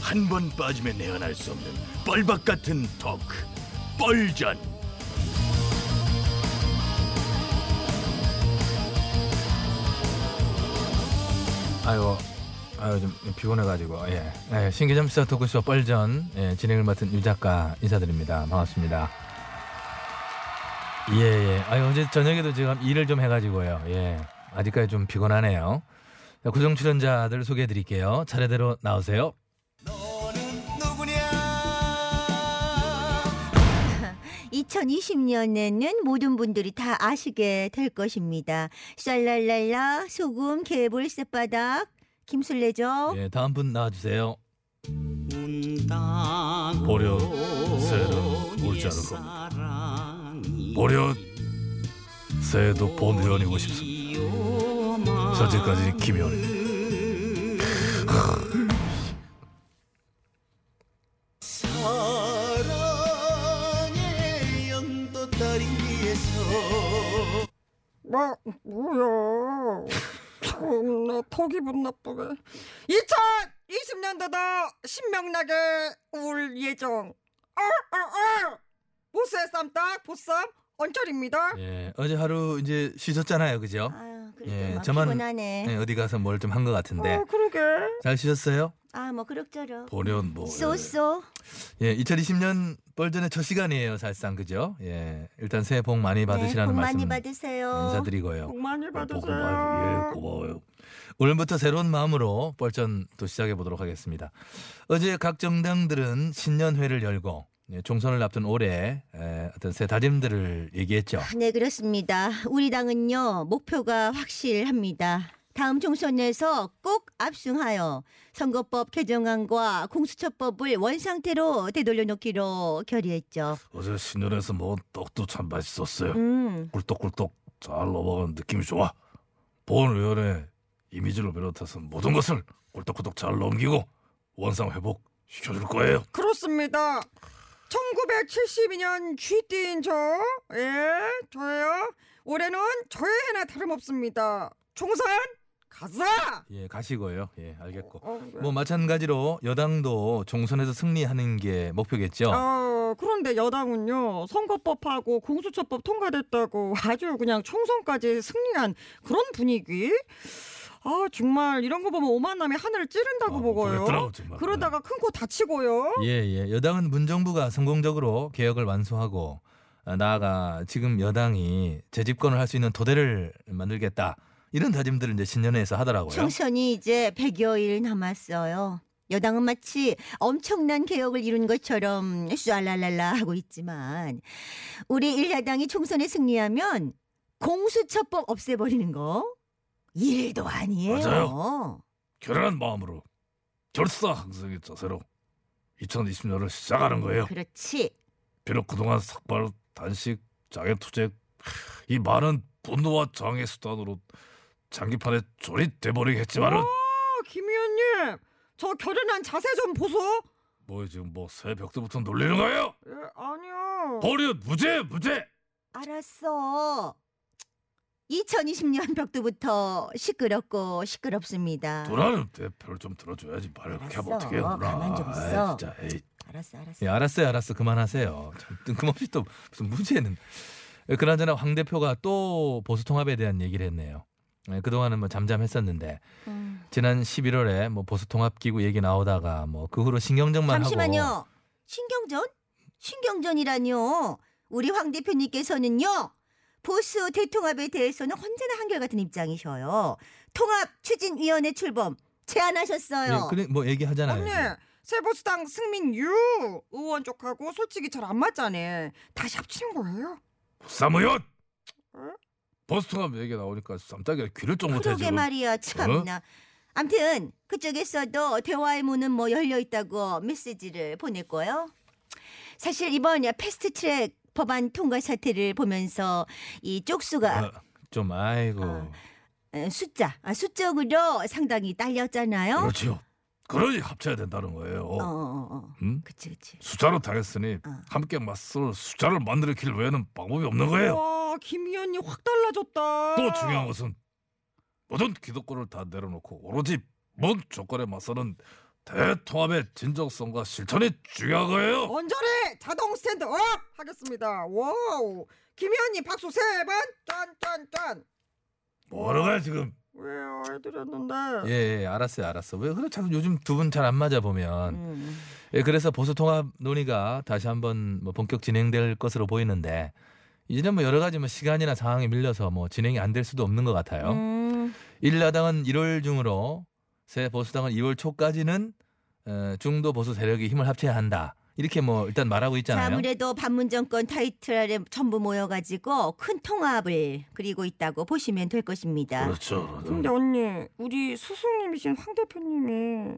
한 번 빠지면 내안할 수 없는 뻘박 같은 토크 뻘전 아유, 아유 좀 피곤해가지고 예, 예 신기점 시사 토크쇼 뻘전 예, 진행을 맡은 유 작가 인사드립니다. 반갑습니다. 예, 예. 아유 어제 저녁에도 제가 일을 좀 해가지고요. 예, 아직까지 좀 피곤하네요. 자, 고정 출연자들 소개해드릴게요. 차례대로 나오세요. 너는 누구냐 2020년에는 모든 분들이 다 아시게 될 것입니다. 쌀랄랄라 소금 개불 쌔바닥 김술래죠. 예, 다음 분 나와주세요. 운당 보려 새는 울지 않을 겁니다. 겁니다 보려 새해도 본 의원이고 싶습니다. 현재까지 김의원입니다. 사랑의 연도 다리 위에서 뭐 뭐야? 참나 턱이 분 나쁘게. 2020년도도 신명나게 울 예정. 어, 어어어 보스의 쌈딱 보쌈 언철입니다. 예, 어제 하루 이제 쉬셨잖아요, 그죠? 아유, 예, 그래도 막 저만- 피곤하네. 예, 어디 가서 뭘 좀 한 것 같은데 어 그러게. 잘 쉬셨어요? 아, 뭐 그럭저럭. 보련 뭐 쏘쏘. 네, 예, 2020년 뻘전의 첫 시간이에요, 사실상 그죠? 예, 일단 새해 복 많이 네, 받으시라는 복 말씀 많이 받으세요. 인사드리고요. 예, 복 많이 아, 많이, 예, 받으세요. 고마워요. 오늘부터 새로운 마음으로 뻘전 또 시작해 보도록 하겠습니다. 어제 각 정당들은 신년회를 열고 예, 총선을 앞둔 올해 에, 어떤 새 다짐들을 얘기했죠. 네, 그렇습니다. 우리 당은요, 목표가 확실합니다. 다음 총선에서 꼭 압승하여 선거법 개정안과 공수처법을 원상태로 되돌려 놓기로 결의했죠. 어제 신년에서 먹은 떡도 참 맛있었어요. 음. 꿀떡꿀떡 잘 넘어가는 느낌이 좋아. 본 의원의 이미지를 비롯해서 모든 것을 꿀떡꿀떡 잘 넘기고 원상 회복 시켜줄 거예요. 그렇습니다. 1972년 쥐띠인 저, 예, 저예요. 올해는 저의 해나 다름없습니다. 총선 가자. 예, 가시고요. 예, 알겠고. 어, 예. 뭐 마찬가지로 여당도 총선에서 승리하는 게 목표겠죠. 어, 그런데 여당은요 선거법하고 공수처법 통과됐다고 아주 그냥 총선까지 승리한 그런 분위기. 아 정말 이런 거 보면 오만남이 하늘을 찌른다고 아, 못 보겠더라고, 보고요. 정말. 네. 그러다가 큰 코 다치고요. 예, 예. 여당은 문정부가 성공적으로 개혁을 완수하고 아, 나아가 지금 여당이 재집권을 할 수 있는 토대를 만들겠다. 이런 다짐들을 이제 신년회에서 하더라고요. 총선이 이제 100여일 남았어요. 여당은 마치 엄청난 개혁을 이룬 것처럼 쏴랄랄라 하고 있지만 우리 일야당이 총선에 승리하면 공수처법 없애버리는 거 일도 아니에요. 맞아요. 결연한 마음으로 결사 항생의 자세로 2020년을 시작하는 거예요. 그렇지. 비록 그동안 삭발, 단식, 장애투쟁 이 많은 분노와 장애 수단으로 장기판에 조립돼버리게 했지만은 아, 김 의원님, 저 결연한 자세 좀 보소. 뭐 지금 뭐 새벽부터 놀리는 거예요? 예, 아니요. 버려 무죄 무죄 알았어. 2020년 벽두부터 시끄럽고 시끄럽습니다. 누나는 대표를 좀 들어줘야지 말을 그렇게 하면 알았어. 어떻게 해 누나 가만 좀 아이, 있어. 진짜 에이. 알았어, 알았어. 예, 알았어요, 알았어. 그만하세요. 참, 뜬금없이 또 무슨 문제는. 예, 그나저나 황 대표가 또 보수 통합에 대한 얘기를 했네요. 예, 그동안은 뭐 잠잠했었는데 음. 지난 11월에 뭐 보수 통합 기구 얘기 나오다가 뭐 그 후로 신경전만 하고 잠시만요. 신경전? 신경전이라뇨. 우리 황 대표님께서는요. 보수 대통합에 대해서는 언제나 한결같은 입장시어요 통합 추진위원회 출범 제안하셨어요. 예, 그래 뭐 얘기하잖아요. 언니, 네. 새보수당 승민유 의원 쪽하고 솔직히 잘 안 맞잖아. 다시 합치는 거예요. 사무연 응? 버스통합 얘기 나오니까 쌈짝이라 귀를 쫑 못해 그러게 지금 어? 말이야 참나. 암튼 그쪽에서도 대화의 문은 뭐 열려 있다고 메시지를 보냈고요. 사실 이번 패스트트랙 법안 통과 사태를 보면서 이 쪽수가 어, 좀 아이고. 아. 에, 숫자 아, 수적으로 상당히 네. 딸렸잖아요. 그렇지요 그러니 합쳐야 된다는 거예요 어, 어, 어. 음? 응? 그치, 그치. 숫자로 당했으니 어. 함께 맞설 숫자를 만드는 길 외에는 방법이 없는 거예요 와, 김 의원님 확 달라졌다. 또 중요한 것은 모든 기득권을 다 내려놓고 오로지 뭔 조건에 맞서는 대통합의 진정성과 실천이 중요한 거예요. 언저리 자동 스탠드 업 하겠습니다. 와우. 김현님 박수 세 번. 짠짠짠. 뭐라고 해 지금? 왜요? 해드렸는데. 예, 예, 알았어요, 알았어. 왜 그래? 참 요즘 두 분 잘 안 맞아 보면. 음. 예, 그래서 보수 통합 논의가 다시 한번 뭐 본격 진행될 것으로 보이는데 이제는 뭐 여러 가지 뭐 시간이나 상황이 밀려서 뭐 진행이 안 될 수도 없는 것 같아요. 음. 일야당은 1월 중으로 새 보수당은 2월 초까지는 어, 중도 보수 세력이 힘을 합쳐야 한다. 이렇게 뭐 일단 말하고 자, 있잖아요. 아무래도 반문 정권 타이틀 아래 전부 모여가지고 큰 통합을 그리고 있다고 보시면 될 것입니다. 그렇죠. 근데 언니, 우리 스승님이신 황 대표님이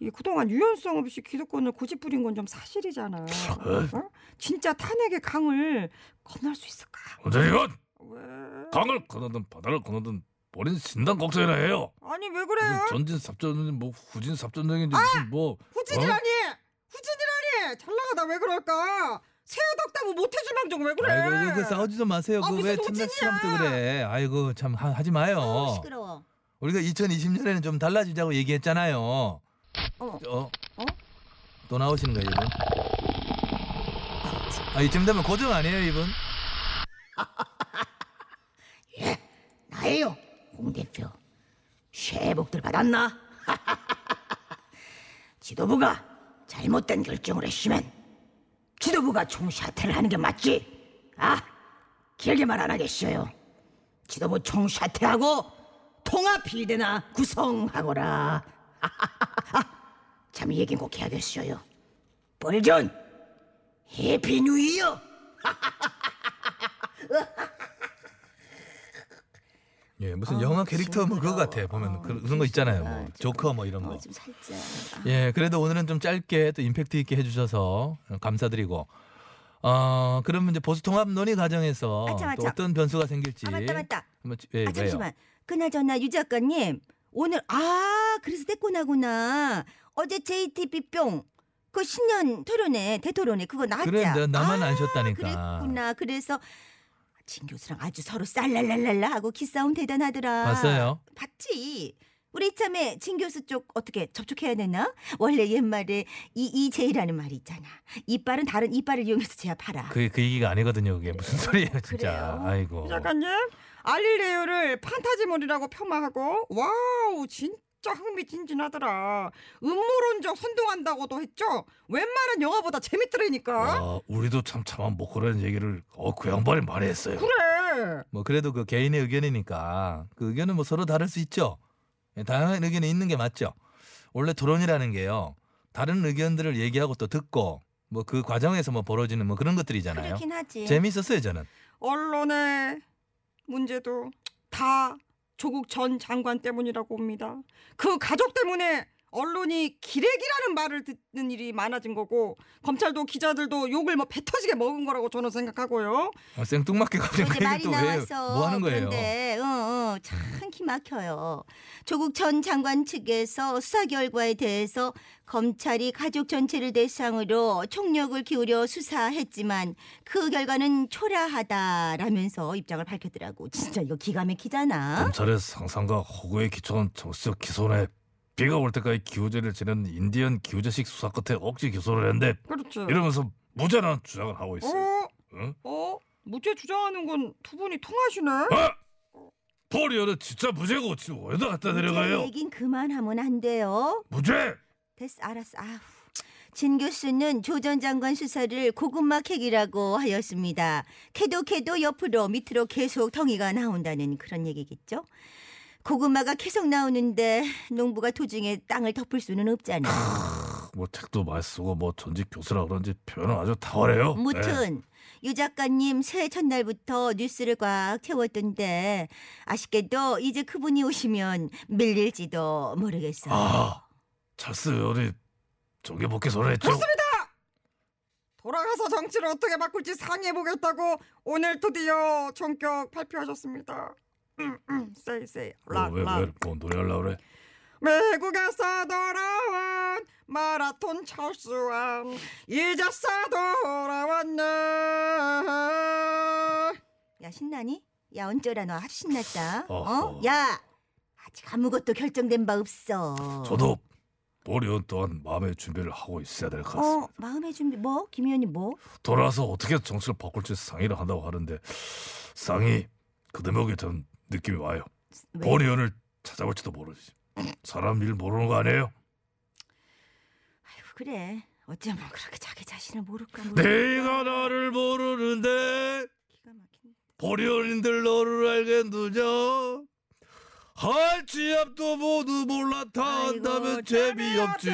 이 그동안 유연성 없이 기득권을 고집부린 건 좀 사실이잖아. 어? 진짜 탄핵의 강을 건널 수 있을까? 언제건 왜? 강을 건너든 바다를 건너든 본인 신당 걱정이나 해요. 아니 왜 무슨 그래요? 전진 삽전인지 뭐 후진 삽전적인지 무슨 뭐 음. 후진이라니! 어? 후진이라니! 잘 나가다 왜 그럴까? 새해덕담은 못해줄 망정 왜 그래? 아이고, 이거 그 싸우지도 마세요. 아, 그왜 무슨 첫날 도찐이야. 시험 때 그래. 아이고 참 하, 하지 마요. 어, 시끄러워. 우리가 2020년에는 좀 달라지자고 얘기했잖아요. 어? 어? 또 나오시는 거예요, 이분? 아, 이쯤 되면 고정 아니에요, 이분? 나예요, 홍 대표. 쇠복들 받았나? 지도부가 잘못된 결정을 했으면 지도부가 총사퇴를 하는 게 맞지? 아, 길게 말 안 하겠어요. 지도부 총사퇴하고 통합비대나 구성하거라. 참 이 얘기는 꼭 해야겠어요. 벌전 해피 뉴 이어! 예, 아, 무슨 어, 영화 캐릭터 뭐 그거 같아. 보면 그- 그런 거 있잖아요. 뭐 조커 뭐 이런 거. 어, 좀 살짝. 아, 예, 그래도 오늘은 좀 짧게 또 임팩트 있게 해주셔서 감사드리고. 어, 그러면 이제 보수 통합 논의 과정에서 맞아, 맞아. 또 어떤 변수가 생길지. 아 맞다 맞다. 한번 지- 예, 왜요? 아 잠시만. 그나저나 유 작가님 오늘 아 그래서 됐구나구나. 어제 JTB 뿅그 신년 토론회 대토론회 그거 나왔자. 그래, 내가 나만 아, 안 쉬었다니까. 그랬구나. 그래서 진 교수랑 아주 서로 쌀랄랄랄라 하고 키싸움 대단하더라. 봤어요? 봤지. 우리 이참에 진 교수 쪽 어떻게 접촉해야 되나? 원래 옛말에 이이제이라는 말이 있잖아. 이빨은 다른 이빨을 이용해서 제압하라. 그게 그 얘기가 아니거든요. 그게 무슨 소리예요, 진짜. 그래요? 아이고. 이 작가님 알릴레오를 판타지물이라고 폄하하고 와우 진짜 흥미진진하더라 음모론적 선동한다고도 했죠 웬만한 영화보다 재밌더라니까 어, 아, 우리도 참 참한 못 그러는 얘기를 어, 그 양반이 많이 했어요. 네. 그래 뭐 그래도 그 개인의 의견이니까 그 의견은 뭐 서로 다를 수 있죠. 예, 다양한 의견이 있는 게 맞죠. 원래 토론이라는 게요. 다른 의견들을 얘기하고 또 듣고 뭐 그 과정에서 뭐 벌어지는 뭐 그런 것들이잖아요. 그렇긴 하지. 재미있었어요 저는. 언론의 문제도 다 조국 전 장관 때문이라고 봅니다 그 가족 때문에 언론이 기레기라는 말을 듣는 일이 많아진 거고 검찰도 기자들도 욕을 뭐 배터지게 먹은 거라고 저는 생각하고요 아, 생뚱맞게 갑자기 어제 그 얘기를 말이 또 왜요? 나와서 뭐 하는 거예요? 그런데 어, 어, 참기 막혀요. 조국 전 장관 측에서 수사 결과에 대해서 검찰이 가족 전체를 대상으로 총력을 기울여 수사했지만 그 결과는 초라하다라면서 입장을 밝혔더라고. 진짜 이거 기가 막히잖아. 검찰의 상상과 허구에 기초한 정치적 기소에 비가 올 때까지 기우제를 지낸 인디언 기우제식 수사 끝에 억지 기소를 했는데 어. 그렇죠 이러면서 무죄라는 주장을 하고 있어요. 어? 응? 어? 무죄 주장하는 건 두 분이 통하시네. 포리어는 진짜 무죄고 지금 어디다 갖다 제 내려가요? 얘긴 그만하면 안 돼요. 무죄! 됐어, 알았어. 아우. 진 교수는 조 전 장관 수사를 고구마 캐기라고 하였습니다. 캐도 캐도 옆으로 밑으로 계속 덩이가 나온다는 그런 얘기겠죠? 고구마가 계속 나오는데 농부가 도중에 땅을 덮을 수는 없잖아. 뭐 책도 많이 쓰고 뭐 전직 교수라 그런지 표현은 아주 탁월해요. 네. 무튼 유 작가님 새해 첫날부터 뉴스를 꽉 채웠던데 아쉽게도 이제 그분이 오시면 밀릴지도 모르겠어요. 아, 찰스 의원이 정계 복귀 선언했죠. 돌아가서 정치를 어떻게 바꿀지 상의해 보겠다고 오늘 드디어 전격 발표하셨습니다. 음, 음, 세이 세이 뭐, 왜, 락락. 왜, 뭐 노래하려고 그래? 미국에서 돌아온 마라톤 철수함 이제서 돌아왔네. 야 신나니? 야 언쩌라 너 아주 신났다. 어? 어허. 야 아직 아무것도 결정된 바 없어. 저도 보리원 또한 마음의 준비를 하고 있어야 될 것 같습니다. 어, 마음의 준비 뭐? 김 의원님 뭐? 돌아서 어떻게 정치를 바꿀지 상의를 한다고 하는데 상의 그 대목에 전 느낌이 와요. 왜? 보리원을 찾아올지도 모르지. 사람 일 모르는 거 아니에요? 아이고, 그래. 어쩌면 그렇게 자기 자신을 모를까 뭐. 모르. 내가 나를 모르는데 기가 막힌. 보리언인들 너를 알겠느냐? 할지 앞도 모두 몰랐다 아이고, 한다면 재미없지.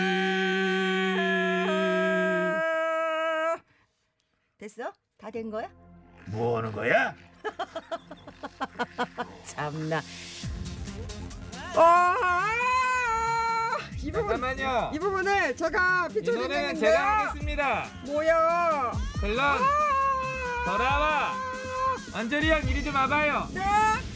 됐어? 다 된 거야? 뭐 하는 거야? 참나. 아, 이 부분 잠깐만요. 이 부분을 제가 이 피처링 노래는 했는데 제가 하겠습니다. 뭐야? 글런 돌아와. 안젤이 형 이리 좀 와봐요. 네.